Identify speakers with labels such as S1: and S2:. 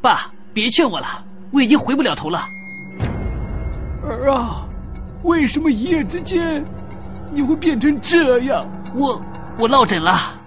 S1: 爸，别劝我了，我已经回不了头了。
S2: 儿啊，为什么一夜之间你会变成这样？
S1: 我我落枕了。